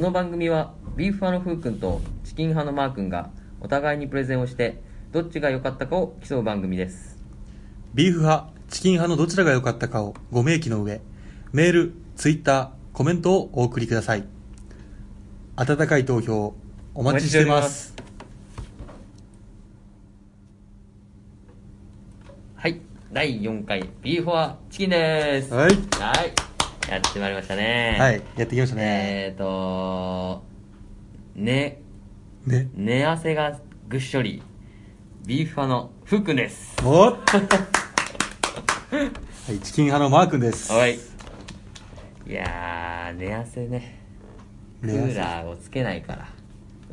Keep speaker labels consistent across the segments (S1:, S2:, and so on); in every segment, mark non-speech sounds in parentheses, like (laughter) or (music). S1: の番組はビーフ派のふうくんとチキン派のまーくんがお互いにプレゼンをしてどっちが良かったかを競う番組です
S2: ビーフ派、チキン派のどちらが良かったかをご明記の上、メール、ツイッター、コメントをお送りください。温かい投票、お待ちしています。
S1: はい第4回ビーフはチキンです
S2: はい。
S1: はいやってまいりましたね
S2: はい、やってきましたね。
S1: えーとね
S2: ね。
S1: 寝汗がぐっしょりビーフ派のふうくんです
S2: おっ (laughs) はい、チキン派のマー君です。
S1: はいいやー寝汗ねク
S2: 寝汗
S1: ーラーをつけないから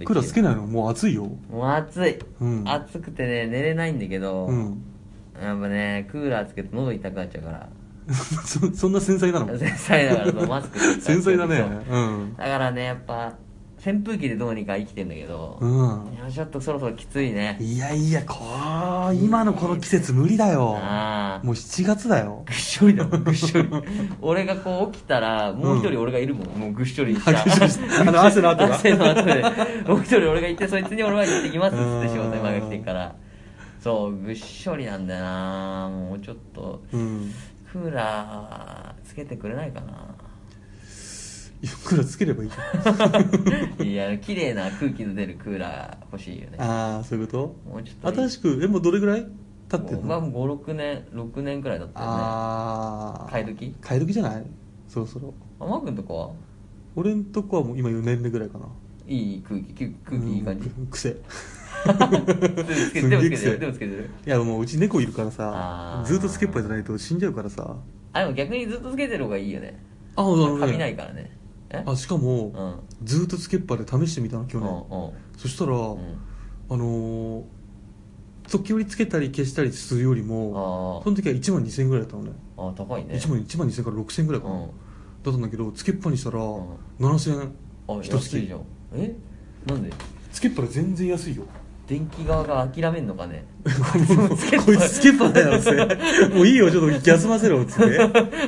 S2: クーラーつけないのもう暑いよ。
S1: もう暑い、
S2: うん
S1: 暑くてね寝れないんだけど、
S2: うん。 (laughs)
S1: やっぱねクーラーつけて喉痛くなっちゃうから (laughs)
S2: そ、そんな繊細なの
S1: 繊細だからそうマスクして
S2: 繊細だね。
S1: そう
S2: うん。
S1: だからねやっぱ扇風機でどうにか生きてんだけど、
S2: うん
S1: い。やちょっとそろそろきついね
S2: いやいや、こう、今のこの季節無理だよ。
S1: ああ
S2: もう7月だよ
S1: ぐ。っしょりだもんぐっしょり (laughs) 俺がこう起きたらもう一
S2: う
S1: 人
S2: ん
S1: 俺がいるもん、もうぐっしょりした
S2: あぐっしょりしたあの (laughs) 汗の跡が
S1: 汗の後でもう一人俺が行ってそいつに俺は行ってきますっつって仕
S2: う
S1: 事
S2: ん
S1: 今が来てるからそうぐっしょりなんだよなもうちょっと
S2: うん。
S1: クーラーつけてくれないか
S2: (laughs)
S1: な
S2: いくらつければいいじゃん。
S1: いや綺麗な空気の出るクーラー欲しいよね
S2: ああ、そういうこ
S1: もうちょっと
S2: と新しく、え、もうどれぐらい経ってる
S1: まあ
S2: の
S1: もう56年6年くらいだったよね
S2: ああ。
S1: 買い時
S2: 買い時じゃないそろそろ。
S1: あマー君とかは
S2: 俺んとこはもう今4年目ぐらいかな。
S1: いい空気き空気いい感じ
S2: うん癖。
S1: でもつけ
S2: す
S1: て
S2: んげ
S1: る
S2: え
S1: でもつけて
S2: 癖
S1: るでもつけてる
S2: いや、もううち猫いるから
S1: あ
S2: さ
S1: ー、
S2: ずっとつけっぱじゃないと死んじゃうからさ。
S1: あでも逆にずっとつけてる方がいいよね
S2: あ、なるほど
S1: 噛みない
S2: ね。
S1: からねえ
S2: あ、しか
S1: うん
S2: も、
S1: う
S2: ずっとつけっぱで試してみたの、去
S1: んう
S2: 年。
S1: ん
S2: そしたら、
S1: うん
S2: あのー、時折つけたり消したりするよりも、
S1: あ
S2: その時は1万2000円ぐらいだったのね。
S1: ああ高いね
S2: 1万1万2000から6000ぐらいかな、
S1: うん
S2: だったんだけどつけっぱにしたら
S1: ん
S2: 7000
S1: あ
S2: 円一
S1: 安いじゃ
S2: 月
S1: んえなんで
S2: つけっぱで全然安いよ
S1: 電気側が諦めんのかね
S2: こいつつけっぱだよっつってもういいよちょっと休ませろっつって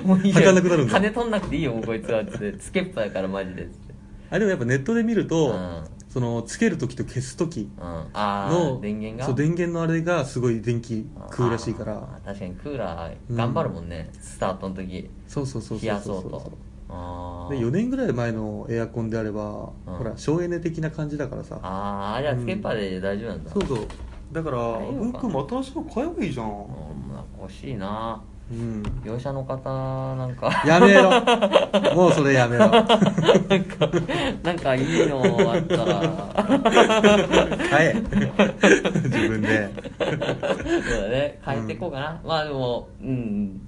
S1: もういいよ
S2: 儚くなるんだ
S1: 金取んなくていいよもうこいつはつってつけっぱやからマジでつって
S2: あでもやっぱネットで見る
S1: うん
S2: と、
S1: うん
S2: そのつける時と消す時
S1: ああ
S2: の
S1: 電源が
S2: そう電源のあれがすごい電気食うらしいか
S1: あ
S2: ら
S1: ー確かにクーラー頑張るもんね、スタートの時
S2: そうそうそう
S1: 冷
S2: そう
S1: や
S2: そ
S1: そうう
S2: そう
S1: とあ
S2: で
S1: ー
S2: 4年ぐらい前のエアコンであれば、
S1: うん
S2: ほら省エネ的な感じだからさ
S1: あーじゃあつけっぱで大丈夫なんだ、
S2: そうそうだから
S1: 変えようかな
S2: うんくんも新しいの買えばいいじゃん
S1: うんまあ欲しいな
S2: うん
S1: 業者の方なんか
S2: やめろ。 (laughs) もうそれやめろ。
S1: なんか (laughs) なんかいいのあったら (laughs)
S2: 買え。 (laughs) 自分で。
S1: そうだね変えていこうかな、まあでもうん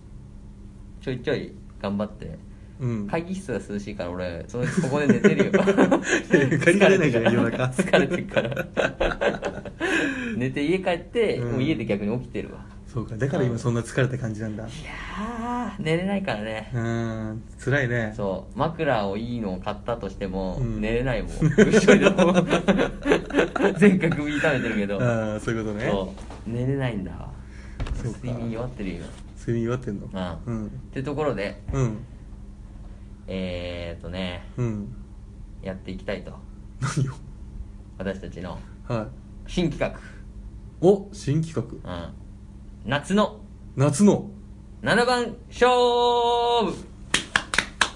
S1: ちょいちょい頑張って
S2: うん。
S1: 会議室が涼しいから俺そのここで寝てるよ
S2: 借りられ (laughs) ないじゃん
S1: 疲
S2: 夜
S1: れてるから
S2: 中
S1: 疲れてるから
S2: (laughs)
S1: 寝て家帰って、
S2: うん
S1: もう家で逆に起きてるわ
S2: そうか、だから今そんな疲れた感じなん
S1: い
S2: だ。
S1: やー寝れないからね
S2: うーん、辛いね。
S1: そう枕をいいのを買ったとしても、
S2: うん
S1: 寝れないもん後ろでもう (laughs) 全角首痛めてるけど、
S2: ああ、そういうことね。
S1: そう寝れないんだわ
S2: そうか
S1: 睡眠弱ってるよ
S2: 睡眠弱ってんの。
S1: 今う
S2: うんん。
S1: ってところで
S2: うん。
S1: えー、っとね
S2: うん。
S1: やっていきたいと
S2: 何よ。
S1: 私たちの
S2: はい。
S1: 新企
S2: お、新企画。
S1: 画、うん、夏の
S2: 夏の
S1: 7番勝負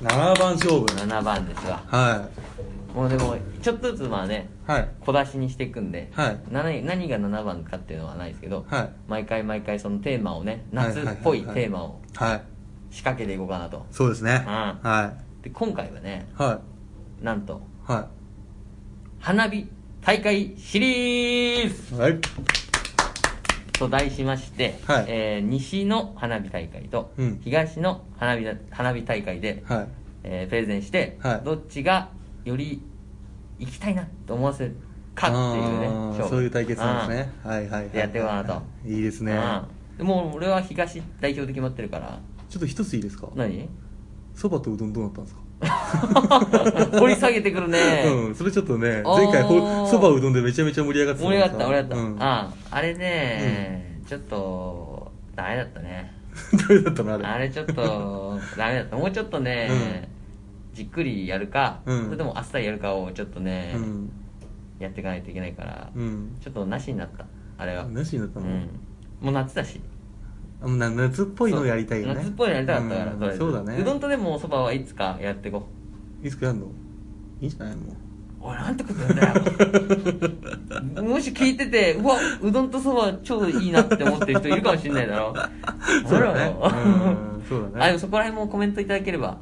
S2: 7番勝負。
S1: 7番ですわ
S2: は
S1: もうでもちょっとずつまあね
S2: い。はい。
S1: 小出しにしていくんで、
S2: はい
S1: 何何が7番かっていうのはないですけど、
S2: はい
S1: 毎回毎回そのテーマをね夏っぽいテーマを
S2: はい。
S1: 仕掛けていこうかなと
S2: そうですね。
S1: ん
S2: は
S1: で今回はね
S2: い。は
S1: なんと
S2: い。は
S1: 花火大会シリーズ
S2: い。はい。
S1: と題しまして、
S2: はい
S1: えー西の花火大会と
S2: うん
S1: 東の花火だ花火大会で、
S2: はい。
S1: えープレゼンして、
S2: はい
S1: どっちがより行きたいなと思わせるかっていうね
S2: あー
S1: 勝負
S2: そういう対決なんですねはいはいはい
S1: でやっていこうかなと
S2: いいです
S1: うん
S2: ね
S1: うんでも俺は東代表で決まってるから
S2: ちょっと一ついいですか
S1: 何 (laughs)
S2: そばとうどんどうなったんですか
S1: 掘り下げてくるね、
S2: (laughs) うんそれちょっとね
S1: あー
S2: 前回そばうどんでめちゃめちゃ盛り上がって
S1: 盛り上がった盛り上がった、
S2: うん (laughs)
S1: ああれね、ちょっとダメだったね
S2: どれだったのあれ (laughs)
S1: あれちょっとダメだったもうちょっとね、じっくりやるか、
S2: うん
S1: それともあっさりやるかをちょっとね、
S2: うん
S1: やっていかないといけないから、
S2: うん
S1: ちょっとなしになったあれは
S2: なしになった
S1: うん
S2: の、
S1: もう夏だし
S2: あもうな夏っぽいのをやりたいよね
S1: 夏っぽいのやりたかったから、
S2: うん
S1: とりあえず
S2: そうだね
S1: うどんとでもおそばはいつかやってこ
S2: (laughs) いつかやるのいいんじゃないもう
S1: おいなんてことなんだよもし聞いててうわうどんとそば超いいなって思ってる人いるかもしれないだろ
S2: (laughs) そうだね
S1: よ
S2: うんそう
S1: (laughs) あ
S2: だ
S1: で
S2: ね
S1: もそこら辺もコメントいただければ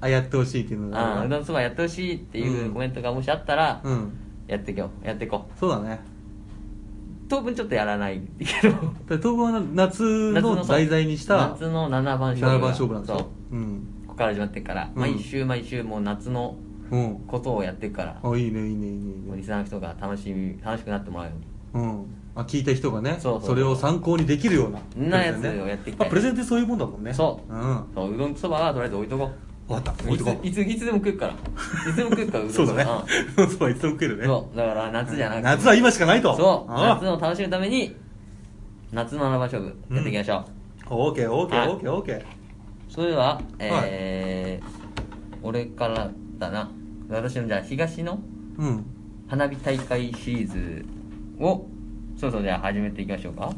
S2: あやってほしいっていうの
S1: あ
S2: が
S1: ーうどんそばやってほしいっていうコメントがもしあったら、
S2: うん
S1: やってけよやっていこ
S2: そうだね
S1: う当分ちょっとやらないけど
S2: だから東郷は夏の
S1: そう
S2: 題材にした
S1: 夏の7番勝負が
S2: 七番勝負なんです
S1: そう
S2: ようん
S1: ここから始まってるから、
S2: うん
S1: 毎週毎週もう夏の
S2: うん
S1: ことをやっていくから、
S2: あいいねいいねいいねいい
S1: もうリ
S2: ね
S1: スナーの人が楽しみ楽しくなってもらうように
S2: うんあ聞いた人がね
S1: そうそう
S2: れを参考にできるような
S1: なやつ
S2: プレゼンね
S1: をやっていきたい
S2: あプレゼンってそういうもんだもんね
S1: そう
S2: うんわ
S1: そううどんとそばはとりあえず置いとこ
S2: かった
S1: う
S2: 置いとこ
S1: いついついつでも食うからいつでも食うからうど
S2: うんそうだね
S1: ん
S2: そうはいつでも食えるね
S1: そうだから夏じゃなくて
S2: 夏は今しかないと
S1: そう
S2: あ
S1: 夏を楽しむために夏の七番勝負やっていきましょう、
S2: オーケーオーケ
S1: はい
S2: ーオーケーオーケー
S1: それではえー俺からだな私のじゃあ東の
S2: うん
S1: 花火大会シリーズをそろそろじゃあ始めていきましょうか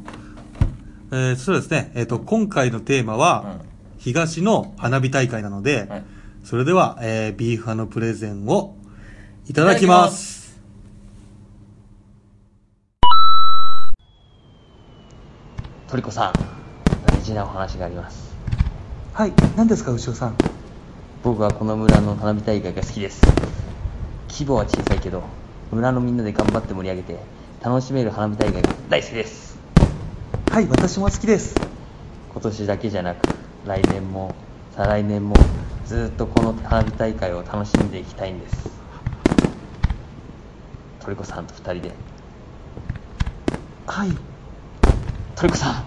S2: えーそうですねえっと今回のテーマは
S1: うん
S2: 東の花火大会なので
S1: はい
S2: それではえービーフ派のプレゼンをいただきます
S1: トリコさん大事なお話があります
S2: はい何ですか牛尾さん
S1: 僕はこの村の花火大会が好きです規模は小さいけど村のみんなで頑張って盛り上げて楽しめる花火大会が大好きです
S2: はい私も好きです
S1: 今年だけじゃなく来年も再来年もずっとこの花火大会を楽しんでいきたいんですトリコさんと2人で
S2: はい
S1: トリコさん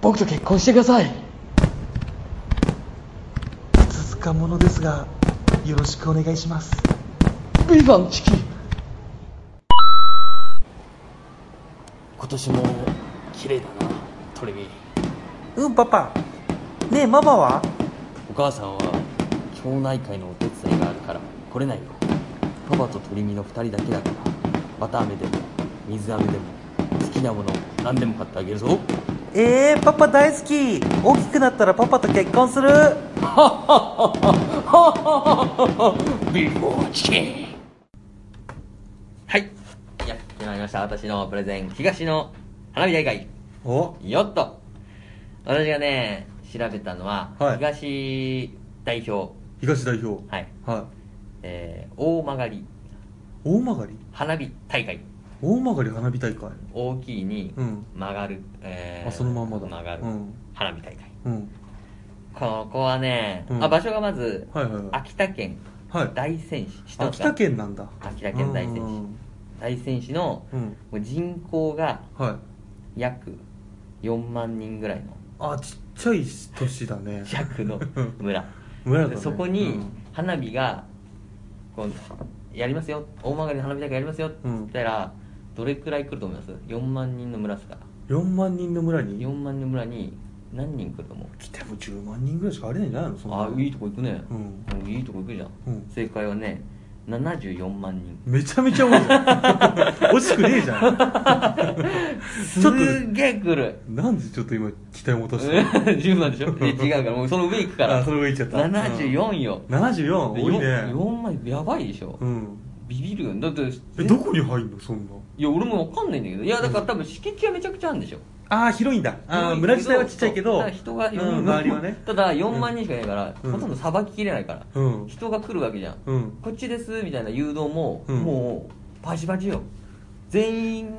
S1: 僕と結婚してください
S2: 続かものですがよろしくお願いします
S1: ビーガンチキン今年も綺麗だなトレビ
S2: うんパパねえママは
S1: お母さんは町内会のお手伝いがあるから来れないよパパとトリミの2人だけだからバター飴でも水飴でも好きなもの何でも買ってあげるぞ (laughs)
S2: えー、パパ大好き大きくなったらパパと結婚する
S1: ビーガンチキンはいやってまいりました私のプレゼン東の花火大会
S2: お
S1: よっと私がね調べたのは、
S2: はい
S1: 東代表
S2: 東代表
S1: はい、
S2: はい
S1: えー大曲
S2: 大曲り
S1: 花火大会
S2: 大曲り花火大会
S1: 大きいに
S2: うん
S1: 曲がる、えー
S2: あそのまんまだ
S1: 曲がる、
S2: うん
S1: 花火大会
S2: うん
S1: ここはね、
S2: うん
S1: あ場所がまず、
S2: はいはいはい
S1: 秋田県
S2: はい
S1: 大仙市知ってます
S2: 秋
S1: か
S2: 田県なんだ
S1: 秋田県大仙市
S2: うん
S1: 大仙市の
S2: うん
S1: もう人口が
S2: はい
S1: 約4万人ぐらい
S2: (laughs)
S1: の
S2: あちっちゃい都市だね
S1: 弱の村
S2: 村だ、
S1: で
S2: ね、
S1: そこに花火がこうやりますよ大曲の花火大会やりますよって言ったら、どれくらい来ると思います4万人の村ですから
S2: うん、4万人の村に
S1: 4万人の村に何人来ると思う
S2: 来ても10万人ぐらいしかあれないんじゃないのそんな
S1: あいいとこ行くね、
S2: うん
S1: うんいいとこ行くじゃん、
S2: うん
S1: 正解はね74万人
S2: めちゃめちゃ多いじゃん (laughs) 惜しくねえじゃん
S1: す
S2: ちょっと
S1: ーげえ来る
S2: なんでちょっと今期待を落とした
S1: (laughs)
S2: の
S1: 10万で
S2: (laughs)
S1: しょいや違うからもうその上行くから
S2: あその上行っちゃった
S1: 74よ、
S2: 74
S1: で
S2: 多いね
S1: 4万やばいでしょ、
S2: うん
S1: ビビるよねだって
S2: えどこに入んのそんない
S1: や俺もわかんないんだけどいやだから多分敷地はめちゃくちゃあるんでしょ
S2: ああ広いんだあー村自体はちっちゃいけ
S1: そう
S2: ど
S1: だから人が
S2: うん
S1: 4万
S2: 周りはね
S1: ただ4万人しかいないから、
S2: うん
S1: ほとんどさばききれないから、
S2: うん
S1: 人が来るわけじゃん、
S2: うん
S1: こっちですみたいな誘導も、
S2: うん
S1: もうバチバチよ全員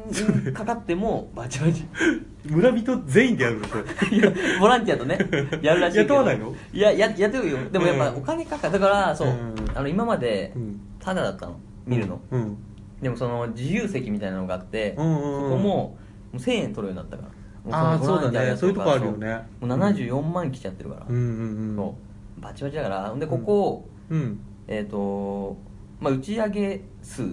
S1: かかって
S2: (laughs)
S1: もバチバチ
S2: 村人全員でやるのそれ
S1: いやボランティアと
S2: (laughs)
S1: ねやるらしいけど
S2: 雇わないの
S1: いやややってるよでもやっぱ
S2: うん
S1: お金かかるだからそう、
S2: うん
S1: あの今まで
S2: うん
S1: タダだったの見るの、
S2: うん
S1: でもその自由席みたいなのがあって、
S2: うんうんうん
S1: そこももう1000円取るようになったから
S2: あー
S1: ものボランティアやつ
S2: そうだねそういうとこあるよね
S1: そうもう74万来ちゃってるから、
S2: うんうんうん
S1: そうバチバチだからほんでここを、
S2: うん
S1: えっ、とまあ打ち上げ数っ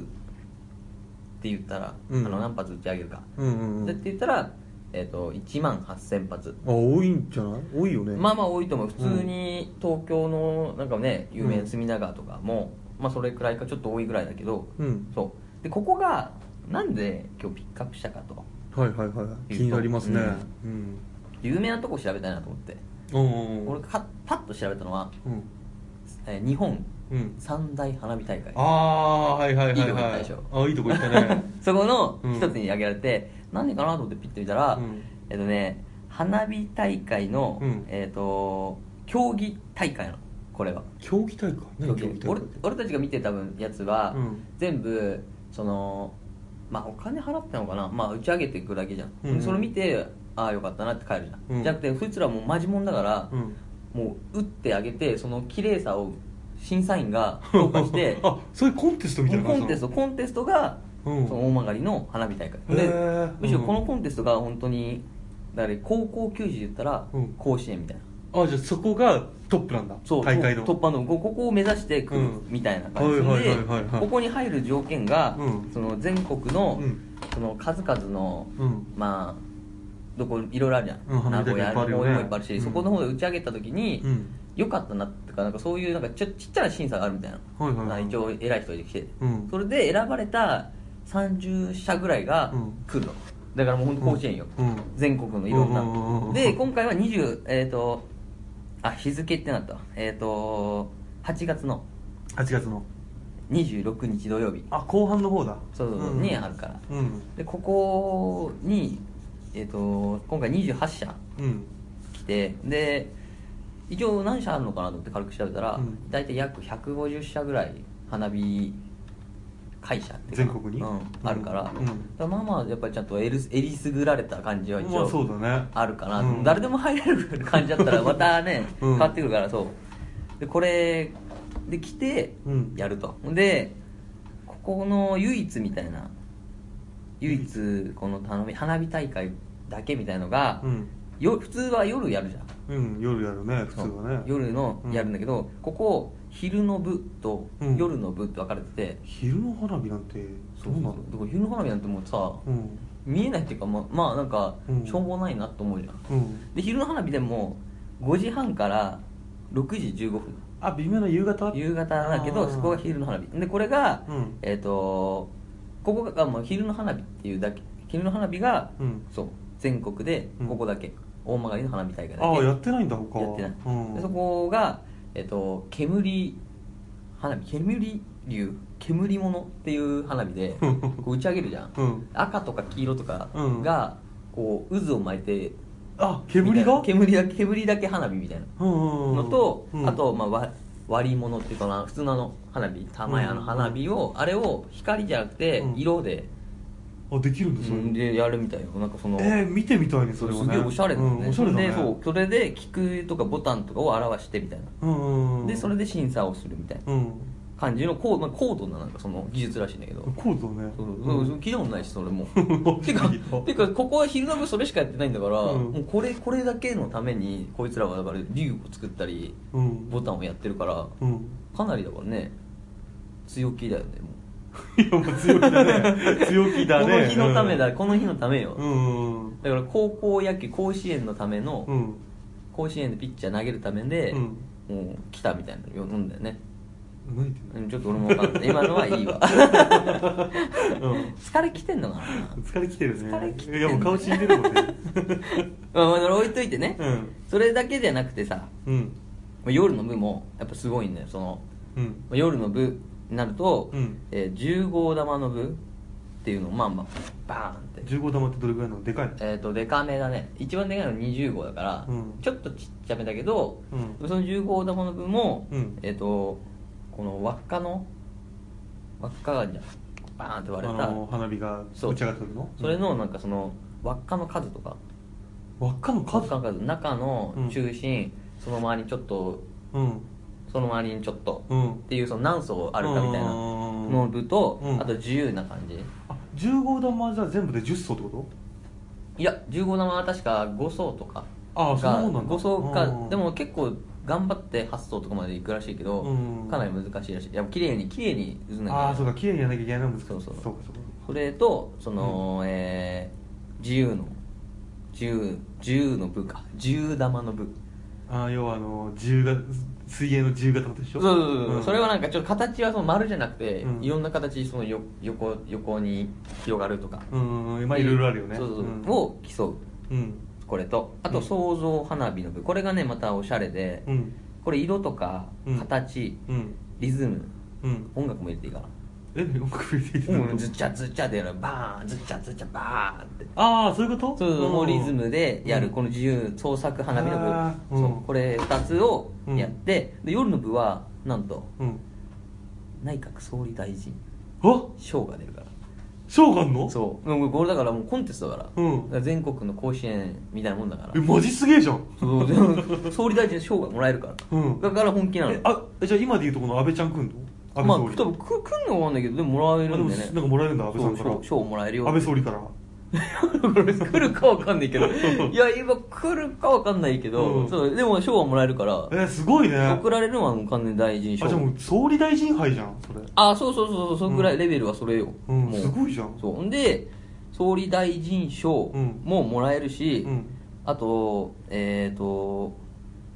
S1: て言ったら、
S2: うん
S1: あの何発打ち上げるか、
S2: うんうんう
S1: でっ
S2: ん
S1: て言ったら、えっと1万8000発
S2: あ多いんじゃない多いよね
S1: まあまあ多いと思う普通に東京のなんかね有名な隅田川とかも、まあそれくらいかちょっと多いぐらいだけど
S2: うん
S1: そうでここがなんで今日ピックアップしたかと
S2: はいはいはい気になりますねうん
S1: 有名なとこ調べたいなと思って
S2: うん
S1: 俺かパッと調べたのは、
S2: うん
S1: えー日本
S2: うん
S1: 三大花火大会
S2: ああはいはいはい
S1: いいとこ行った
S2: は
S1: で
S2: い
S1: しょ
S2: あいいとこ行ったね
S1: (laughs) そこの一つに挙げられて、何でかなと思ってピッて見たら、
S2: うん
S1: えっとね花火大会の、
S2: うん
S1: えっ、と競技大会なのこれは
S2: 競技大会何競技大会
S1: 俺俺たちが見てた分やつは、
S2: うん
S1: 全部そのまあお金払ったのかなまあ打ち上げていくだけじゃん、
S2: うんうん
S1: それ見てああよかったなって帰るじゃん、
S2: うん
S1: じゃなくてそいつらもうマジもんだから、
S2: うん
S1: もう打ってあげてその綺麗さを審査員が評価して
S2: (laughs) あそういうコンテストみたいな
S1: コ
S2: 感じ
S1: ンテストコンテストが、
S2: うん
S1: その大曲りの花火大会
S2: へ
S1: で
S2: ー
S1: むしろこのコンテストが本当にだから高校球児で言ったら
S2: うん
S1: 甲子園みたいな、
S2: トあじゃあそこがトップなんだ
S1: そう
S2: 大会の
S1: 突破のこここを目指してくる
S2: うん
S1: みたいな感じで
S2: はいはいはいはいはい
S1: ここに入る条件が、
S2: うん
S1: その全国の,、
S2: うん
S1: その数々の、
S2: うん
S1: まあどこいろいろあるじゃん、
S2: うん
S1: 名古屋の
S2: 花火大会いっぱいあ
S1: 方
S2: るよ
S1: も
S2: ね
S1: いっぱいあるし、
S2: うん
S1: そこの方で打ち上げた時に、
S2: うん
S1: 良かったなってかなんかそういうなんかちょちっちゃな審査があるみたいな、
S2: はいはいはい
S1: まあ一応偉い人が来て、
S2: うん
S1: それで選ばれた30社ぐらいが
S2: うん
S1: 来るの、だからもう本当甲子園よ、
S2: うん
S1: 全国のいろんな、
S2: うんうんうんうん
S1: で今回は20えっ、とあ日付ってなったえっ、と8月の
S2: 8月の
S1: 26日土曜日
S2: あ後半の方だ
S1: そうそうそう、
S2: ん
S1: にあるから
S2: うん
S1: でここにえっ、と今回28社
S2: うん
S1: 来てで一応何社あるのかなと思って軽く調べたら、
S2: うん
S1: 大体約150社ぐらい花火会社っていう
S2: 全
S1: か
S2: 国に
S1: うん
S2: うん
S1: あるから,、
S2: うん
S1: だからまあまあやっぱりちゃんとえりすえりすぐられた感じは一
S2: まあそう
S1: 応
S2: だね
S1: あるかな、
S2: うん
S1: 誰でも入れる感じだったらまたね、
S2: うん
S1: 変わってくるからそうでこれで来て
S2: うん
S1: やると、でここの唯一みたいな唯一この花火花火大会だけみたいのが、
S2: うん
S1: よ普通は夜やるじゃん
S2: うん夜やるね普通はね
S1: 夜のやるんだけど、ここ昼の部と
S2: うん
S1: 夜の部って分かれてて、
S2: 昼の花火なんてどうなの
S1: だから昼の花火なんてもうさ、
S2: うん
S1: 見えないっていうかままあなんか
S2: うん
S1: しょうもないなと思うじゃん、
S2: うん
S1: で昼の花火でも5時半から6時15分
S2: あ微妙な夕方
S1: 夕方だけ
S2: あ
S1: ど
S2: ー
S1: そこが昼の花火でこれが、
S2: うん
S1: えっ、とここがもう昼の花火っていうだけ昼の花火が、
S2: うん
S1: そう全国で
S2: うん
S1: ここだけ、大曲の花火大会だけ
S2: ああやってないんだ他は
S1: やってない、
S2: うん
S1: でそこが、えっと煙花火煙流煙物っていう花火でこう打ち上げるじゃん、
S2: うん
S1: 赤とか黄色とか
S2: うん
S1: が、こう渦を巻いて
S2: あ煙が
S1: みたいな煙だけ煙だけ花火みたいな
S2: の
S1: のと、あと、まあ、わ割り物っていうかな普通のあの花火玉屋の花火を、あれを光じゃなくて
S2: うん
S1: 色で,、
S2: あできるんだそれ
S1: でやるみたいよなんかその、
S2: えー、見てみたいねそれはね
S1: すげえおしゃれだね,、
S2: うんおしゃれだね
S1: でそうそれで菊とかボタンとかを表してみたいな
S2: うんうんうん
S1: でそれで審査をするみたいな
S2: うん
S1: 感じの高,、まあ、高度ななんかその技術らしいんだけど
S2: コードね
S1: そうそうそう聞いたことないしそ
S2: (laughs)
S1: れもてか
S2: いいよ
S1: てかここは昼の部それしかやってないんだから、
S2: うん
S1: もうこれこれだけのためにこいつらはだから竜を作ったり
S2: うん
S1: ボタンをやってるから
S2: うん (laughs)
S1: かなりだからね強気だよねもう
S2: いやもう強気だ
S1: (laughs)
S2: ね強気だね
S1: この日のためだ、
S2: うん
S1: この日のためよ、
S2: うんうん
S1: だから高校野球甲子園のための、
S2: うん
S1: 甲子園でピッチャー投げるためで、
S2: うん
S1: もう来たみたいな読んだよね
S2: 何言ってん
S1: うんちょっと俺も分かんない今のはいい
S2: (laughs)
S1: わ
S2: のうん
S1: 疲れきてんのかな
S2: 疲れきてるね
S1: 疲れきてる
S2: いやもう顔死んでるもんね (laughs)
S1: まあまあそれ置いといてね、
S2: うん
S1: それだけじゃなくてさま
S2: うん
S1: あ夜の部もやっぱすごいんだよその
S2: うん
S1: まあ夜の部になると、
S2: うん
S1: えー10号玉の部っていうのをまあまあバーンって
S2: 15玉ってどれぐらいなのでかいの
S1: えっ、とデカめだね一番でかいの20号だから、
S2: うん
S1: ちょっとちっちゃめだけど、
S2: うん
S1: その10号玉の分も、
S2: うん
S1: えっ、とこの輪っかの輪っかがあるじゃんバーンって割れた、
S2: あの花火が
S1: そう
S2: 打ち上がってるの
S1: それのなんかその輪っかの数とか
S2: 輪っかの
S1: 輪っ
S2: 数
S1: かの数中の中心、その周りにちょっと
S2: うん
S1: その周りにちょっと、
S2: うん
S1: っていうその何層あるかみたいな
S2: うん
S1: の部と、
S2: うん
S1: あと自由な感じ
S2: あ15玉じゃあ全部で10層ってこと
S1: いや15玉は確か5層とか
S2: ああそんなもんなんだ
S1: 5層か、
S2: うん
S1: でも結構頑張って8層とかまでいくらしいけど、
S2: うん
S1: かなり難しいらしいいや綺麗に綺麗に渦なきゃいけない
S2: ああそうか綺麗にやらなきゃいけないのは難しい
S1: そうそう
S2: そうかそうか
S1: それとその、えー自由の 10, 10の部か10玉の部
S2: ああ要はあの自由が水泳の自由形と一
S1: そ
S2: 緒
S1: うそうそうそう、
S2: ん
S1: それはなんかちょっと形はその丸じゃなくて、
S2: うん
S1: いろんな形そのよ横横に広がるとか
S2: うんうんまあいろいろあるよね
S1: そうそうそう、
S2: ん
S1: を競う
S2: うん
S1: これとあと
S2: うん
S1: 創造花火の部これがねまたおしゃれで、
S2: うん
S1: これ色とか
S2: うん
S1: 形、
S2: うん
S1: リズム
S2: うん
S1: 音楽も入れていいかな
S2: え音楽入れていいの
S1: うんズッチャズッチャでやるバーンズッチャズッチャバーンって
S2: ああそういうこと
S1: そうそうもうリズムでやる、
S2: うん
S1: この自由創作花火
S2: あ
S1: の部、
S2: ーうん
S1: そうこれ2つをやって、で夜の部はなんと
S2: うん
S1: 内閣総理大臣
S2: あ
S1: 賞が出るから
S2: 賞があんの
S1: そうもうこれだからもうコンテストだから,、
S2: うん
S1: 全国の甲子園みたいなもんだから
S2: えマジすげえじゃん
S1: そうで総理大臣賞がもらえるから、
S2: うん
S1: だから本気なの
S2: えあえじゃあ今でいうとこの安倍ちゃんくんの安
S1: まあ
S2: 倍
S1: 多
S2: 総理
S1: 分く来んのは分かんないけどでももらえるんでね
S2: あでもなんかもらえるんだ安倍さんから
S1: そう賞賞もらえるよ
S2: 安倍総理から
S1: (laughs) 来るか分かんないけどいや今来るか分かんないけど、
S2: うん
S1: そうでも賞はもらえるから
S2: えすごいねあ
S1: 送られるのはもう完全に大臣
S2: じ
S1: 賞
S2: ゃあもう総理大臣杯じゃんそれ
S1: あそうそうそうそうそのぐらいレベルはそれよ、
S2: うん
S1: もう
S2: すごいじゃん
S1: そうで総理大臣賞ももらえるし、
S2: うん
S1: あとえっ、ー、と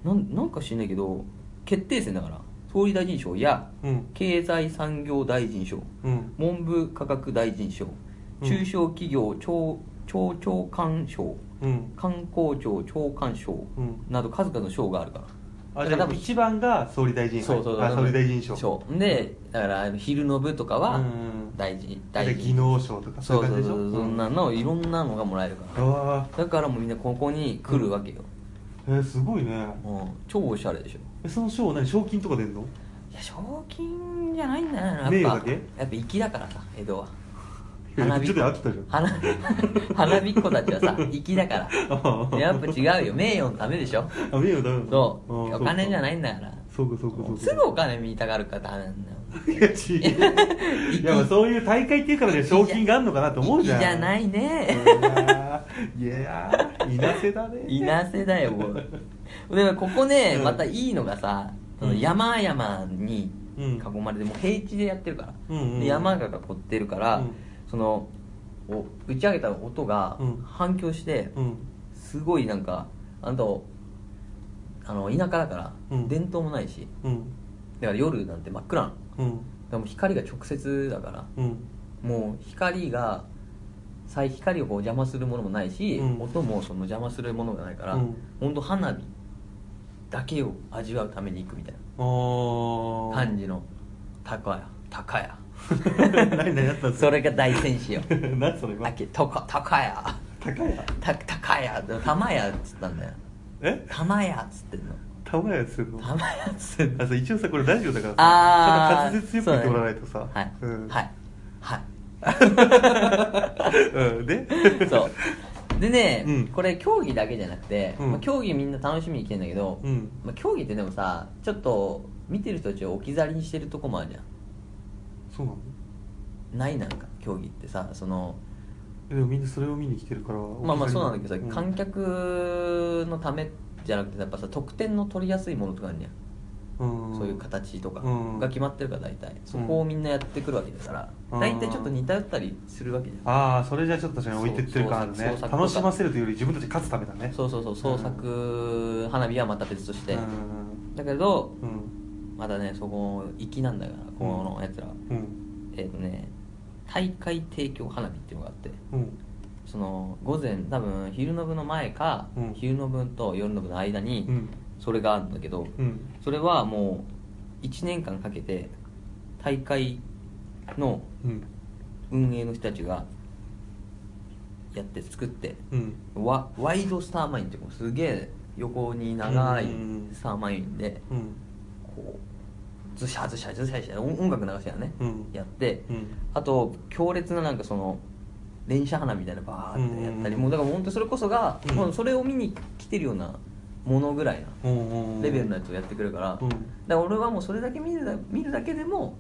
S1: なんなんか知んないけど決定戦だから総理大臣賞や
S2: うん
S1: 経済産業大臣賞
S2: うん
S1: 文部科学大臣賞
S2: うん
S1: 中小企業庁庁長官賞
S2: うん
S1: 観光庁長官賞
S2: うん
S1: など数々の賞があるから
S2: あじ
S1: だ
S2: ゃ
S1: から多
S2: あ
S1: 分
S2: 一番が総理大臣杯
S1: そうそうそう
S2: あ総理大臣賞
S1: そうでだからあの昼の部とかは
S2: うん
S1: 大臣
S2: じゃあ
S1: 大臣
S2: 技能賞とか
S1: そ
S2: そ
S1: う
S2: いうう
S1: そ
S2: 感
S1: う
S2: じでし
S1: そ
S2: ょ
S1: うそんなのいろんなのがもらえるから
S2: あ
S1: だからもうみんなここに来るわけよ、
S2: あえすごいね
S1: うん、超おしゃれでしょ
S2: えその賞は何賞金とか出んの
S1: いや賞金じゃないんじゃないの
S2: 名
S1: やっぱ
S2: 誉だけ
S1: やっぱ粋だからさ江戸は花
S2: え
S1: 火
S2: ちょっと合ってたじゃん
S1: 花花 (laughs) 火っ子たちはさ粋だか
S2: あ (laughs) あ
S1: らやっぱ違うよ名誉のためでしょ
S2: あ名誉ダメなの
S1: そう
S2: ああ
S1: お金じゃないいんだから
S2: そうかそうかそうか
S1: すぐお金見たがるからダメなんだよ
S2: いや違ういやまあそういう大会っていうからね賞金があるのかなと思うじゃん
S1: 粋じゃないね
S2: いやーいなせだね
S1: いなせだよも
S2: (laughs)
S1: うでもここね
S2: うん
S1: またいいのがさ、その山々に
S2: うん
S1: 囲まれてもう平地でやってるから、
S2: うんうんうん
S1: で山が囲ってるから、
S2: うん
S1: そのお打ち上げた音が
S2: うん
S1: 反響して、
S2: うん
S1: すごいなんかあとあの田舎だから、
S2: うん
S1: 電灯もないし
S2: うん
S1: だから夜なんて真っ暗なの
S2: うん
S1: でも光が直接だから
S2: うん
S1: もう光がさ光をこう邪魔するものもないし、
S2: うん
S1: 音もその邪魔するものがないから、
S2: うん
S1: 本当花火だけを味わうために行くみたい
S2: あー
S1: な感じの高や高や
S2: (laughs) 何何やったんです
S1: それが大戦士
S2: (laughs)
S1: よ
S2: 何それ
S1: あけとか高や
S2: 高屋
S1: た高やでも玉やっつったん
S2: (laughs)
S1: だよ
S2: え
S1: 玉やっつってんの
S2: 玉屋するの
S1: 玉やっつってんの
S2: あそう一応さこれラジオだからさ
S1: ああ
S2: そんな滑舌よく言ってもらわないとさ
S1: はい、
S2: うん
S1: はいはい
S2: うんで (laughs)
S1: (laughs) そうでね、
S2: うん
S1: これ競技だけじゃなくて、
S2: うん
S1: まあ、競技みんな楽しみに来てんだけど、
S2: うん
S1: まあ、競技ってでもさちょっと見てる人たちを置き去りにしてるとこもあるじゃ
S2: そうなの
S1: んないなんか競技ってさその
S2: えでもみんなそれを見に来てるから
S1: まあまあそうなんだけどさ、
S2: うん
S1: 観客のためじゃなくてやっぱさ得点の取りやすいものとかあるじゃん
S2: うん
S1: そういう形とか
S2: うん
S1: が決まってるから大体そこをみんなやってくるわけだから
S2: うん
S1: 大体ちょっと似たったりするわけじゃん
S2: ああそれじゃちょっと確かに置いてってる感あるね
S1: そうそうそう
S2: 楽しませるというより自分たち勝つためだね
S1: そうそうそう創作花火はまた別として
S2: うん
S1: だけど
S2: うん
S1: まだねそこ粋なんだからこのやつらは
S2: うん
S1: えっ、とね大会提供花火っていうのがあって
S2: うん
S1: その午前多分昼の部の前か、
S2: うん
S1: 昼の分と夜の部の間に
S2: うん
S1: それがあるんだけど、
S2: うん
S1: それはもう1年間かけて大会の
S2: うん
S1: 運営の人たちがやって作って
S2: うん
S1: ワワイドスターマインっていうかすげえ横に長い
S2: うん
S1: スターマインで
S2: うん
S1: こうズシャズシャズシャズシャ音音楽流しながらね、
S2: うん
S1: やって、
S2: うん
S1: あと強烈ななんかその連射花みたいなバーってやったり、
S2: うん
S1: もうだから本当それこそが、
S2: うん
S1: もうそれを見に来てるようなものぐらいな
S2: うん
S1: レベルのやつをやってくるから、
S2: うん
S1: だから俺はもうそれだけ見るだ見るだけでも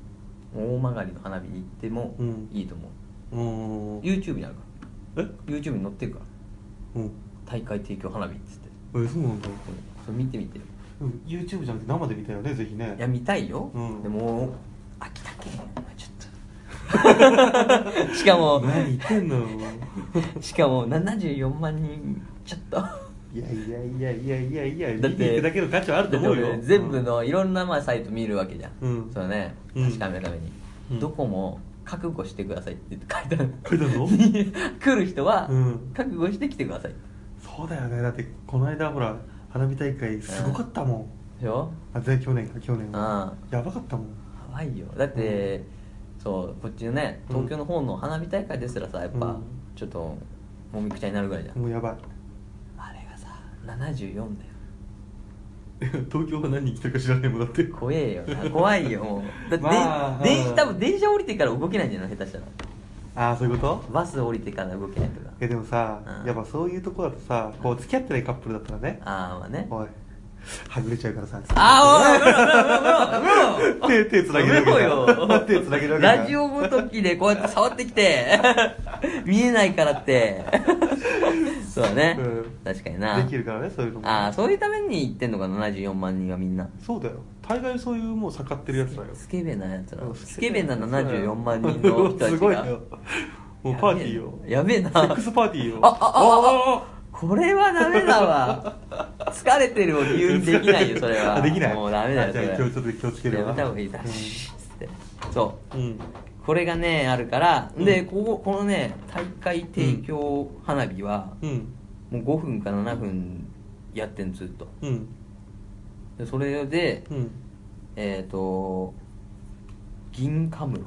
S1: もう大曲りの花火に行っても
S2: うん
S1: いいと思う、
S2: うんえ
S1: YouTube にあるか
S2: え
S1: ら YouTube に載ってるから
S2: うん
S1: 大会提供花火っつって
S2: えそうなんだ
S1: これそれ見てみてよ
S2: うん YouTube じゃなくて生で見たいよねぜひね
S1: いや見たいよ、
S2: うん
S1: でも飽きたけんお前ちょっとしかも
S2: (laughs) 何言ってんのよ
S1: しかも74万人ちょっと
S2: いやいやいやいやいやいや
S1: だって
S2: 見に行くだけの価値はあると思
S1: だっ
S2: う
S1: て
S2: よ
S1: 俺全部のいろんなまあサイト見るわけじゃん、
S2: うん
S1: そうね
S2: うん
S1: 確かめるために、
S2: うん
S1: どこも覚悟してくださいって書いてある
S2: 書いてあるの
S1: (laughs) 来る人は
S2: うん
S1: 覚悟して来てください、
S2: そうだよねだってこの間ほら花火大会すごかったもん、
S1: でしょ
S2: あぜ去年か去年は、
S1: あ
S2: やばかったもん
S1: あ怖いよだって、そうこっちのね東京の方の花火大会ですらさやっぱ、
S2: うん
S1: ちょっともみくちゃになるぐらいじゃん、
S2: もうやばい
S1: あれがさ74だよ
S2: (laughs) 東京は何人来てるか知らないもんだって
S1: 怖えよな怖いよ
S2: (laughs)
S1: もうだって、で
S2: まあ
S1: 電
S2: う
S1: 車
S2: ん
S1: 多分電車降りてから動けないんじゃない下手したら
S2: ああそういうこと
S1: バス降りてから動けないとか
S2: いやでもさ、
S1: うん
S2: やっぱそういうとこだとさこう付き合ってないカップルだったらね、
S1: ああまあね
S2: おいはぐれちゃうからさ
S1: ああ、おい、おい、おい、おい、おい、
S2: (laughs) 手手つなげるわけだよ
S1: おいおいおい
S2: 手つなげるわけだ
S1: ラジオごときでこうやって触ってき
S2: (laughs)
S1: て、見えないからって。そうだね、
S2: うん
S1: 確かにな。
S2: できるからねそういうのも
S1: ああ、そういうために言ってんのか、74万人はみんな。
S2: そうだよ大概そういうもう盛ってるやつだよ
S1: スケベなやつら
S2: う。ん
S1: スケベな74万人の人たちが。
S2: (laughs) すごいよもうパーティーよ
S1: やべえな。
S2: セックスパーティーよ
S1: あああ
S2: あ
S1: これはダメだわ疲れてるを理由にできないよそれは
S2: あできない
S1: もうダメだよそ
S2: あじゃ
S1: れ
S2: あ今日ちょっと気をつけるわ
S1: やめた方がいいだ、
S2: うん
S1: シーッつってそう
S2: うん
S1: これがねあるから、で
S2: うん
S1: こここのね大会提供花火は、
S2: うん
S1: もう5分か7分やってんずっと
S2: うん
S1: でそれで、
S2: うん
S1: えっ、と銀カムロ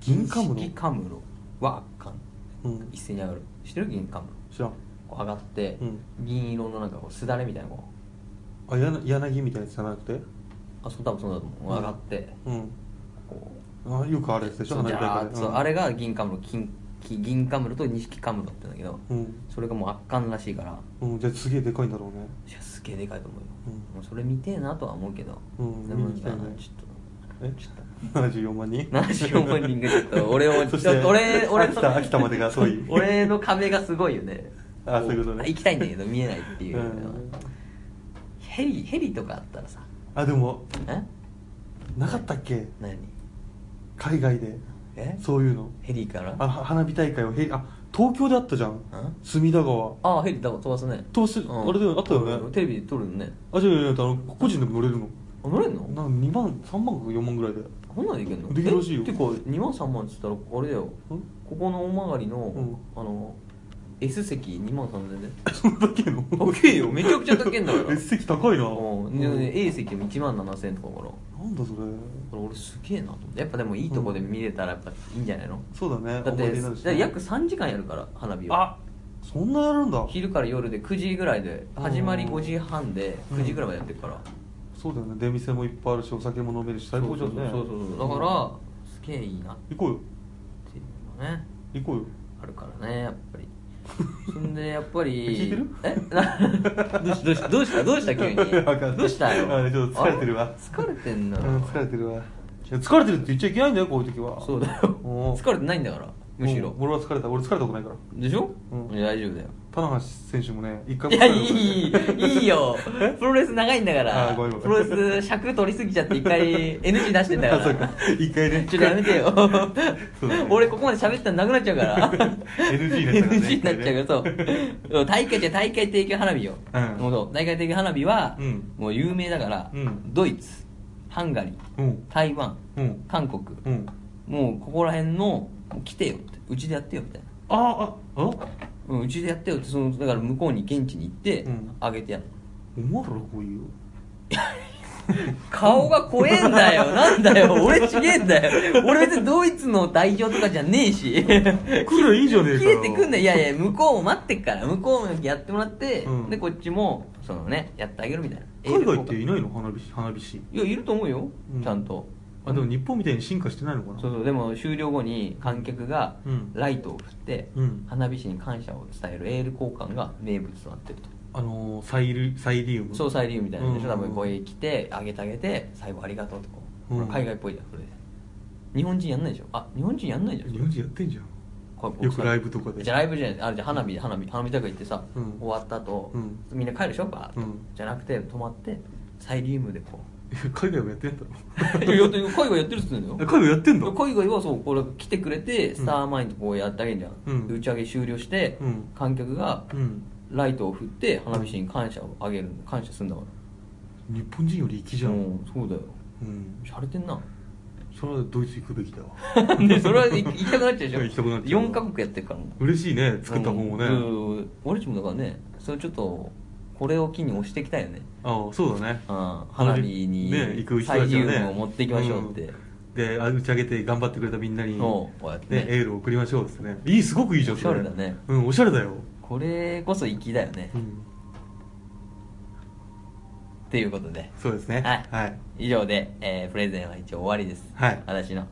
S2: 銀カムロ
S1: 銀カムロは圧巻
S2: うん
S1: 一斉に上がる知ってる銀カムロ
S2: 知らん
S1: こう上がって、
S2: うん
S1: 銀色のなんかこうすだれみたいなこう
S2: あやな柳みたいなやつじゃなくて
S1: あそう多分そうだと思う上がって
S2: うん
S1: こ
S2: あよくあるやつで
S1: う
S2: しょ
S1: そう
S2: 花
S1: じゃ
S2: 火大
S1: あ
S2: 会で
S1: そう
S2: うん
S1: あれが銀カムロ金金銀カムロと錦カムロってんだけど
S2: うん
S1: それがもう圧巻らしいから
S2: うんじゃあすげえでかいんだろうね
S1: いやすげえでかいと思うよ、
S2: うん
S1: もうそれ見てえなとは思うけど、
S2: うん
S1: でも
S2: 見に行きたいね
S1: あのちょっと
S2: え
S1: ちょっと
S2: 74万人
S1: 74万人がちょっ
S2: (laughs)
S1: と俺を
S2: そし
S1: ち
S2: て
S1: ょっと
S2: (laughs)
S1: 俺俺
S2: 秋田秋田までが遠い
S1: (laughs) 俺の壁がすごいよね
S2: (laughs) あそういうことね
S1: 行きたいんだけど見えないっていう、
S2: うん
S1: ヘリヘリとかあったらさ
S2: あでも
S1: え
S2: なかったっけ
S1: 何
S2: 海外で
S1: え
S2: そういうの
S1: ヘリから
S2: あは花火大会をへあ東京であったじゃん
S1: ん
S2: 隅田川
S1: あヘリだ飛ばすね
S2: 飛ばすあれだよあったよね
S1: テレビで撮るのね
S2: あじゃあじゃああの個人でも乗れるの
S1: あ乗れんの
S2: なん2万3万か4万ぐらいで
S1: こんなんでいけんの
S2: できるらしいよ
S1: えてか2万3万っつったらあれだよ
S2: ん
S1: ここの大曲がりの、
S2: ん
S1: あの S 席2万3000円で
S2: (laughs) そんだけの
S1: 高えよめちゃくちゃ高えんだから
S2: (laughs) え席高いな
S1: うんでね A 席も1万7000円とかだから
S2: なんだそれ
S1: これ俺すげえなと思ってやっぱでもいいとこで見れたらやっぱいいんじゃないの、
S2: そうだね
S1: だっ
S2: 思い出になるしてね
S1: 約3時間やるから花火は
S2: あそんなやるんだ
S1: 昼から夜で9時ぐらいで
S2: うん
S1: 始まり5時半で9時ぐらいまでやってるから、
S2: そうだよね出店もいっぱいあるしお酒も飲めるし最高じゃんね
S1: そうそうそうそうだからすげえいいなっ
S2: 行こうよ
S1: ていうのね
S2: 行こうよ
S1: あるからねやっ
S2: (laughs)
S1: ぱりそんでやっぱり
S2: 聞いてる
S1: え (laughs) などうしどうしたどうしたどうした急に
S2: (laughs) わかんない
S1: どうしたよ
S2: あれちょっと疲れてるわ
S1: あれ疲れてんな
S2: うん疲れてるわいや疲れてるって言っちゃいけないんだよこういう時は
S1: そう
S2: だ
S1: だよ
S2: おー
S1: 疲れてないんだから (laughs) むしろ
S2: 俺は疲れた俺疲れたことないから
S1: でしょ、
S2: うん
S1: いや大丈夫だよ
S2: 棚橋選手もね一回
S1: い
S2: も
S1: や
S2: 疲れた
S1: い
S2: ことない
S1: いいい
S2: (laughs)
S1: よプロレス長いんだから
S2: あごめんごめん
S1: プロレス尺取りすぎちゃって一
S2: (laughs)
S1: 回 NG 出してんだか
S2: あそうから一回ね
S1: ちょっとやめてよ
S2: そうだね
S1: 俺ここまで喋ったらなくなっちゃうから
S2: NG になっちゃ
S1: NG
S2: うからね
S1: になっちゃうからそう大会じゃ大会提供花火よ、
S2: うん
S1: もそう大会提供花火は、
S2: うん
S1: もう有名だから、
S2: うん
S1: ドイツハンガリー
S2: うん
S1: 台湾
S2: うん
S1: 韓国
S2: うん
S1: もうここら辺のもう来てよってうちでやってよみたいな
S2: あああ
S1: うんうちでやってよってそのだから向こうに現地に行って
S2: うん
S1: あ、げてやるの
S2: お前らこういう
S1: 顔が怖えんだ
S2: (laughs)
S1: よなんだよ俺ちげえんだよ俺別にドイツの代表とかじゃねえし
S2: 来りゃいいじゃねえか
S1: 切れてくんだよ
S2: よ
S1: いやいや向こうも待ってっから向こうもやってもらって、
S2: うん
S1: でこっちもそのねやってあげるみたいな
S2: 海外ってい
S1: い
S2: ないの花火師花火師
S1: やいると思うよ、
S2: うん
S1: ちゃんと
S2: あでも日本みたいに進化してないのか
S1: そう
S2: な
S1: そうでも終了後に観客が
S2: うん
S1: ライトを振って、
S2: うん
S1: 花火師に感謝を伝えるエール交換が名物となってると、
S2: あのーサイリサイリウム
S1: そうサイリウムみたいなのでしょ、
S2: うん
S1: 多分こう来てあげてあげて最後ありがとうとこう、
S2: うん
S1: 海外っぽいじゃんそれ日本人やんないでしょあ日本人やんないじゃん
S2: 日本人やってんじゃん
S1: こうこう
S2: よくライブとかで
S1: じゃあライブじゃないあれじゃあ花火花火花火大会行ってさ、
S2: うん
S1: 終わった後、
S2: うん
S1: みんな帰るでしょバーッと、
S2: うん (laughs)
S1: じゃなくて泊まってサイリウムでこう
S2: 海外もやってんだろ
S1: いややってる海外やってるっつってんだよ
S2: 海外やってんの
S1: 海外はそうこれ来てくれてスターマインとこうやってあげるじゃん、
S2: うん
S1: 打ち上げ終了して、
S2: うん
S1: 観客が
S2: うん
S1: ライトを振って花火師に感謝をあげるんだ感謝するんだから
S2: 日本人より粋じゃん、
S1: うんそうだよ
S2: うん、
S1: 洒落てんな
S2: それはドイツ行くべきだわ
S1: (laughs) でそれは行きたくなっちゃうでしょ
S2: (laughs) 行きたくなっちゃう
S1: 4カ国やってるからも
S2: 嬉しいね作った方もね、
S1: うん俺たちもだからねそれちょっとこれを機に押していきたいよね
S2: ああそうだね
S1: うん花火に
S2: ね行く人た
S1: 最
S2: ち
S1: 優
S2: はね
S1: を持っていきましょうって、
S2: んであ打ち上げて頑張ってくれたみんな
S1: そ
S2: に、ね
S1: うこうやってね
S2: エールを送りましょうですねいいすごくいいじゃんそ
S1: おしゃれだね
S2: うんおしゃれだよ、
S1: これこそ粋だよね、
S2: う
S1: っ
S2: ん、
S1: ていうことで
S2: そうですね
S1: はい
S2: はい、
S1: 以上で、えープレゼンは一応終わりです
S2: はい
S1: 私の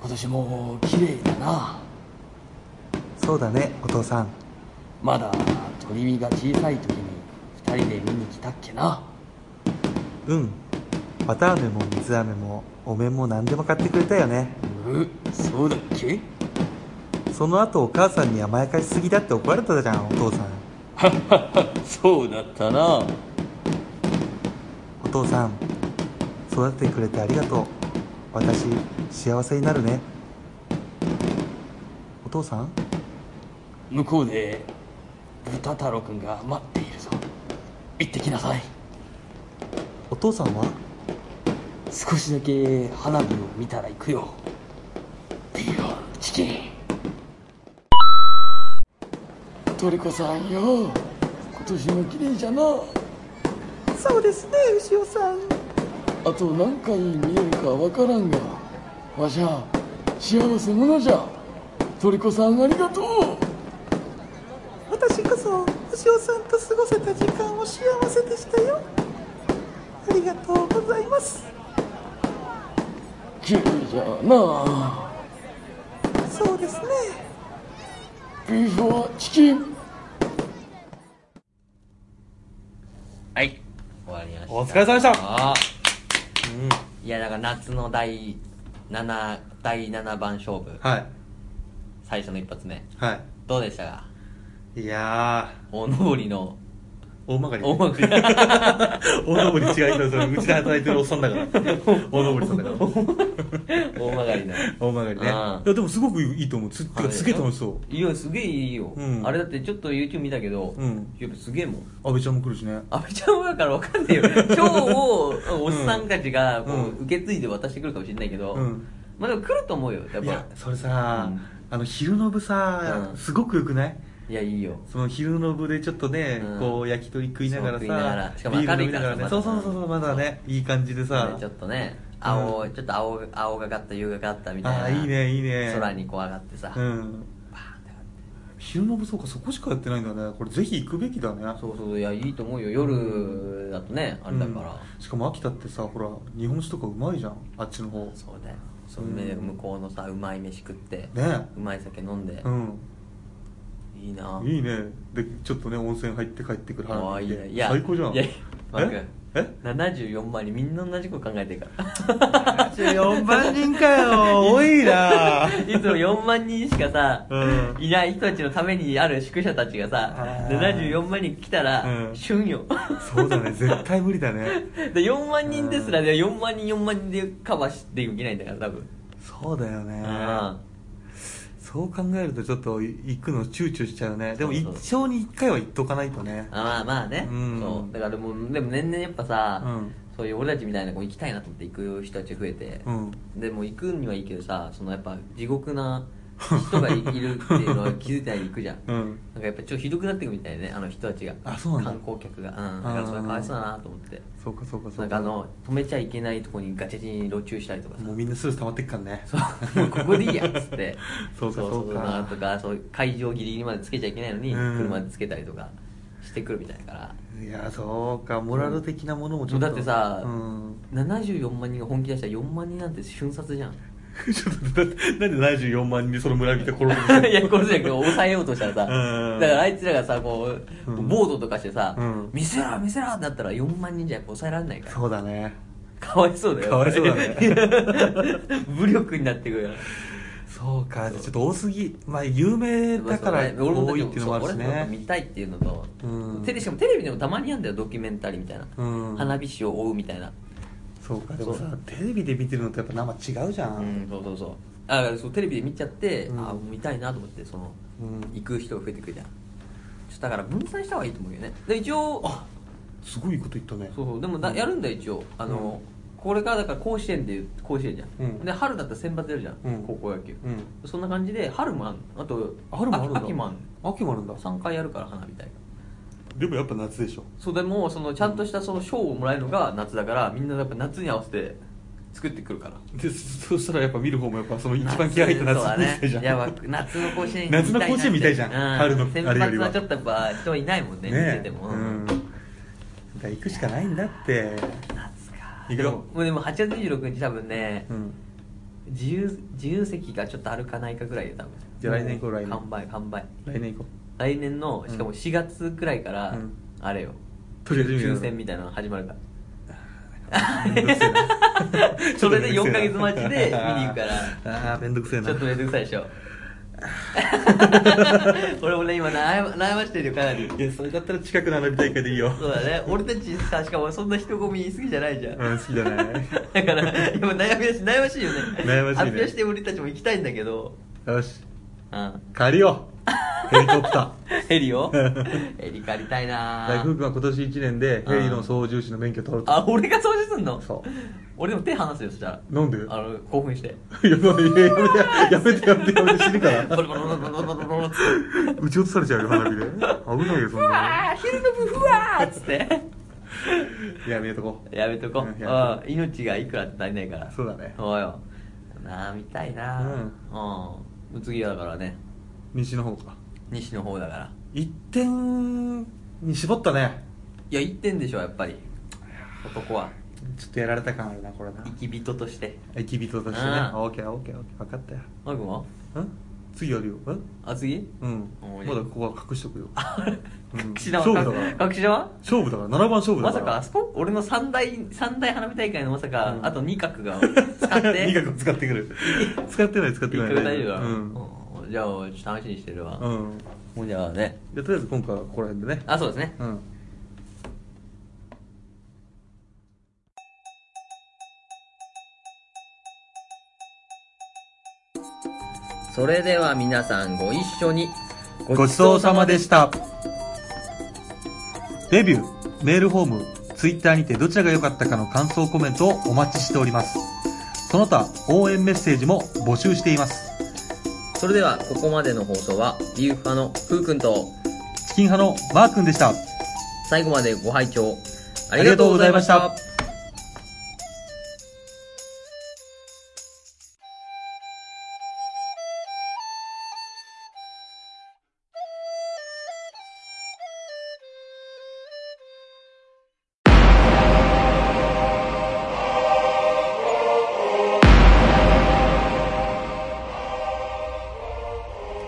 S1: 今年も綺麗だな
S2: そうだねお父さん
S1: まだ鳥見が小さい時に二人で見に来たっけな
S2: うん綿飴も水飴もお面も何でも買ってくれたよね
S1: うんそうだっけ
S2: その後お母さんに甘やかしすぎだって怒られたじゃんお父さん
S1: そうだったな
S2: お父さん育ててくれてありがとう私幸せになるねお父さん
S1: 向こうで豚太郎くんが待っているぞ行ってきなさい
S2: お父さんは
S1: 少しだけ花火を見たら行くよビヨンチキントリコさんよ今年も綺麗じゃな
S2: そうですね牛尾さん
S1: あと何回見れるかわからんがわしゃ幸せ者じゃトリコさんありがとう
S2: 私こそ牛尾さんと過ごせた時間を幸せでしたよありがとうございます
S1: 綺麗じゃな
S2: そうですね
S1: ビーフはチキンはい終わりました
S2: お疲れ様でした
S1: あーいやだから夏の第7第7番勝負
S2: はい
S1: 最初の一発目
S2: は
S1: どうでしたか
S2: いいや
S1: おのぼりの
S2: 大曲
S1: 大まり
S2: (laughs) 大登り違いだそれうちで働いてるおっさんだから (laughs) 大登りさんだから
S1: 大曲りの
S2: 大曲りねい
S1: あ
S2: や
S1: ー
S2: でもすごくいいと思うすてかすげえ楽しそう
S1: いやすげえいいよ、
S2: うん
S1: あれだってちょっと YouTube 見たけど、
S2: うん
S1: やっぱすげえもん
S2: 阿部ちゃんも来るしね
S1: 阿部ちゃんはだからわかんない
S2: (laughs)
S1: よ超をおっさんたちがこう、
S2: うん
S1: 受け継いで渡してくるかもしれないけど、
S2: うん
S1: まあでも来ると思うよやっぱ
S2: いやそれさ、
S1: うん
S2: あの昼の部さ、
S1: うん
S2: すごくよくない
S1: いやいいよ
S2: その昼の部でちょっとね、
S1: うん
S2: こう焼き鳥食いながら
S1: そ
S2: さ
S1: う食いながらしかも
S2: ビール飲み
S1: 明
S2: な
S1: るいか
S2: が
S1: ら
S2: らね
S1: まだ
S2: そうそうそうそうまだねいい感じでさ、
S1: ねちょっとね青、ちょっと青青がかった夕がかったみたいな
S2: ああいいねいいね
S1: 空にこう上がってさ、
S2: うん
S1: バーンって上がって
S2: 昼の部そうかそこしかやってないんだねこれぜひ行くべきだね
S1: そうそういやいいと思うよ夜だとねあれだから、
S2: うんしかも秋田ってさほら日本酒とかうまいじゃんあっちの方ね
S1: そうだよそう
S2: うん
S1: ね向こうのさうまい飯食って、うまい酒飲んで、
S2: うん
S1: いいない
S2: いねでちょっとね温泉入って帰ってくる
S1: ああ
S2: 花
S1: い
S2: 火
S1: い
S2: 見
S1: ね
S2: て
S1: いや
S2: 最高じゃん
S1: いやマー
S2: え
S1: 君
S2: え
S1: 74万人みんな同じこと考えてるから
S2: 4万人か (laughs) よ多いない
S1: つも4万人しかさ、
S2: うん
S1: いない人たちのためにある宿舎たちがさ
S2: あー
S1: 74万人来たら、
S2: うん
S1: 旬よ
S2: そうだね絶対無理だね
S1: で4万人ですらね4万人4万人でカバーしていけないんだから多分
S2: そうだよね
S1: あ
S2: そう考えるとちょっと行くの躊躇しちゃうねでも一
S1: そうそう
S2: 生に一回は行っとかないとね
S1: あまあまあね、
S2: うん
S1: そうだからでもでも年々やっぱさ、
S2: うん
S1: そういう俺たちみたいな子行きたいなと思って行く人たち増えて、
S2: うん
S1: でも行くにはいいけどさそのやっぱ地獄な人がいいるっていうの
S2: (laughs)
S1: は気づいたら行くじゃん、
S2: うん
S1: なんかやっぱちょっとひどくなってくみたいねあの人たちが
S2: あそうなんだ
S1: 観光客が、うん、だからそれはかわいそうだなと思って
S2: そうかそうかそ
S1: な
S2: うん
S1: か
S2: か
S1: あの止めちゃいけないとこにガチャチに路駐したりとかさ
S2: もうみんなストレス溜まってっからね
S1: そうもうここでいいやっつって
S2: (laughs) そうかそうか
S1: なんとかそう会場ギリギリまでつけちゃいけないのに、
S2: うん
S1: 車でつけたりとかしてくるみたいだから
S2: いやそうかモラル的なものもちょっと
S1: だってさ、
S2: うん (laughs)
S1: 74万人が本気出したら4万人なんて瞬殺じゃん
S2: ちょっとだってなんで74万人でその村人殺すの
S1: (laughs) いやこれじゃなくて抑えようとしたらさ、
S2: うん
S1: だからあいつらがさこう、
S2: うん
S1: ボードとかしてさ
S2: うん
S1: 「見せろ見せろ!」ってなったら4万人じゃやっぱ抑えられないから
S2: そうだね
S1: かわいそうだよ (laughs)
S2: かわいそうだね
S1: 武力になってくるよ
S2: そうかちょっと多すぎまあ有名だから
S1: そうそう俺も
S2: 多いっていうのもあるし
S1: そう俺もなんか
S2: ね
S1: 見たいっていうのと、
S2: うん
S1: テレしかもテレビでもたまにやんだよドキュメンタリーみたいな、
S2: うん
S1: 花火師を追うみたいな
S2: そうかでも
S1: そ
S2: さテレビで見てるのとやっぱ生違うじゃ
S1: うんんそうそうそうあそうテレビで見ちゃって、
S2: うん
S1: あ見たいなと思ってその
S2: うん
S1: 行く人が増えてくるじゃんちょっとだから分散した方がいいと思うよねで一応
S2: すごいこと言ったね
S1: そうそうでもだやるんだよ一応あの、これからだから甲子園でいう甲子園じゃん、
S2: うん
S1: で春だったら選抜出るじゃん、
S2: うん
S1: 高校野球、
S2: うん
S1: そんな感じで春もあんのあと
S2: 春もあるんだ
S1: 秋秋もあんの
S2: 秋もあるんだ
S1: 3回やるから花火大会
S2: でもやっぱ夏でしょ
S1: そうでもそのちゃんとしたその賞をもらえるのが夏だからみんなやっぱ夏に合わせて作ってくるから
S2: でそそしたらやっぱ見る方もやっぱその一番気合入った夏
S1: そう
S2: の
S1: だ
S2: せいじゃん
S1: ね、いやわ夏の甲子園見たいなって
S2: (laughs) 夏の甲子園見たいじゃん
S1: う
S2: 春の
S1: 先
S2: あれよ
S1: 発
S2: りは
S1: はちょっとやっぱ人いないもんね見てても、
S2: うんだから行くしかないんだって
S1: 夏か
S2: 行く
S1: で
S2: よ
S1: ももうでも8月26日多分ね、
S2: うん
S1: 自由自由席がちょっとあるかないかぐらいよ多分
S2: じゃあ来年行こう来年
S1: 完売完売
S2: 来年行こ
S1: 来年のしかも4月くらいから、
S2: うん
S1: あれよ
S2: うとりあえず見る
S1: 抽選みたいなの始まるから
S2: (laughs) めんどくせえ (laughs) な
S1: それで4ヶ月待ちで見に行くから
S2: (laughs) あーめんどくせえ
S1: ち
S2: な
S1: ょっとめんどくさいでし
S2: (laughs)
S1: ょ俺もね今悩ま悩ましてるよかなり
S2: いやそれだったら近くの花火大会でいいよ
S1: そうだね俺たちさしかもそんな人混み好きじゃないじゃん、
S2: うん好きだね
S1: だから今悩みだし悩ましいよね
S2: 悩ましいね
S1: 発表して俺たちも行きたいんだけど
S2: よし
S1: うん
S2: 借りようヘリコプタ (laughs) ー
S1: ヘリをヘリ借りたいな
S2: 大
S1: ぁ
S2: 福君は今年1年でヘリの操縦士の免許取ると
S1: あ俺が掃除すんの
S2: そう
S1: 俺でも手離すよそしたら
S2: なんで
S1: あの興奮して
S2: いやばいややめてやめてやめて死ぬか
S1: ボ
S2: ら
S1: ロボロボロボロボロボロっつって
S2: 撃ち落とされちゃうよ花火で危ないよそん
S1: う
S2: な
S1: わー昼の部ふわーっつって
S2: のやめとこ
S1: やめとこ
S2: うんや
S1: うん命がいくらって足りないから
S2: そうだね
S1: そうよなあ見たいなあうん次はだからね
S2: 西の方か
S1: 西の方だから
S2: 一点に絞ったね
S1: いや1点でしょやっぱり男は
S2: ちょっとやられた感あるなこれな
S1: 生き人として
S2: 生き人としてね
S1: うん
S2: オーケーオーケーオーケー分かったよ
S1: マグは
S2: ん次やるよん
S1: あ次
S2: うん
S1: おい
S2: まだここは隠しとくようん
S1: 隠し玉
S2: 勝負だから
S1: 隠し玉
S2: 勝負だから7番勝負だ
S1: ま
S2: か
S1: さ
S2: ら
S1: かあそこ俺の三大三大花火大会のまさか、
S2: うん
S1: あと2角が使って
S2: (laughs) 二角使ってく (laughs) る使ってない使ってない
S1: いくら大丈夫だ、
S2: うん
S1: うんじゃあちょっと楽しみにしてるわ、
S2: うん
S1: もうじゃあね
S2: じゃあとりあえず今回はここら辺でね
S1: あそうですね
S2: うん
S1: それでは皆さんご一緒に
S2: ごちそうさまでした。レビュー、メールフォーム、ツイッターにてどちらが良かったかの感想コメントをお待ちしております。その他、応援メッセージも募集しています。
S1: それではここまでの放送はビューファのふうくんと
S2: チキン派のマー君でした。
S1: 最後までご拝聴あ
S2: りがとうございました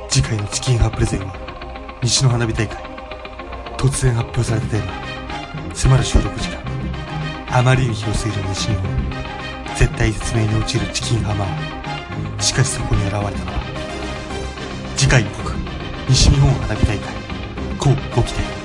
S2: 次回のチキン派プレゼンは、西の花火大会。突然発表されたテーマ。迫る収録時間あまりに広すぎる西日本絶対説明に落ちるチキンハマーしかしそこに現れたのは次回予告西日本花火大会こうご期待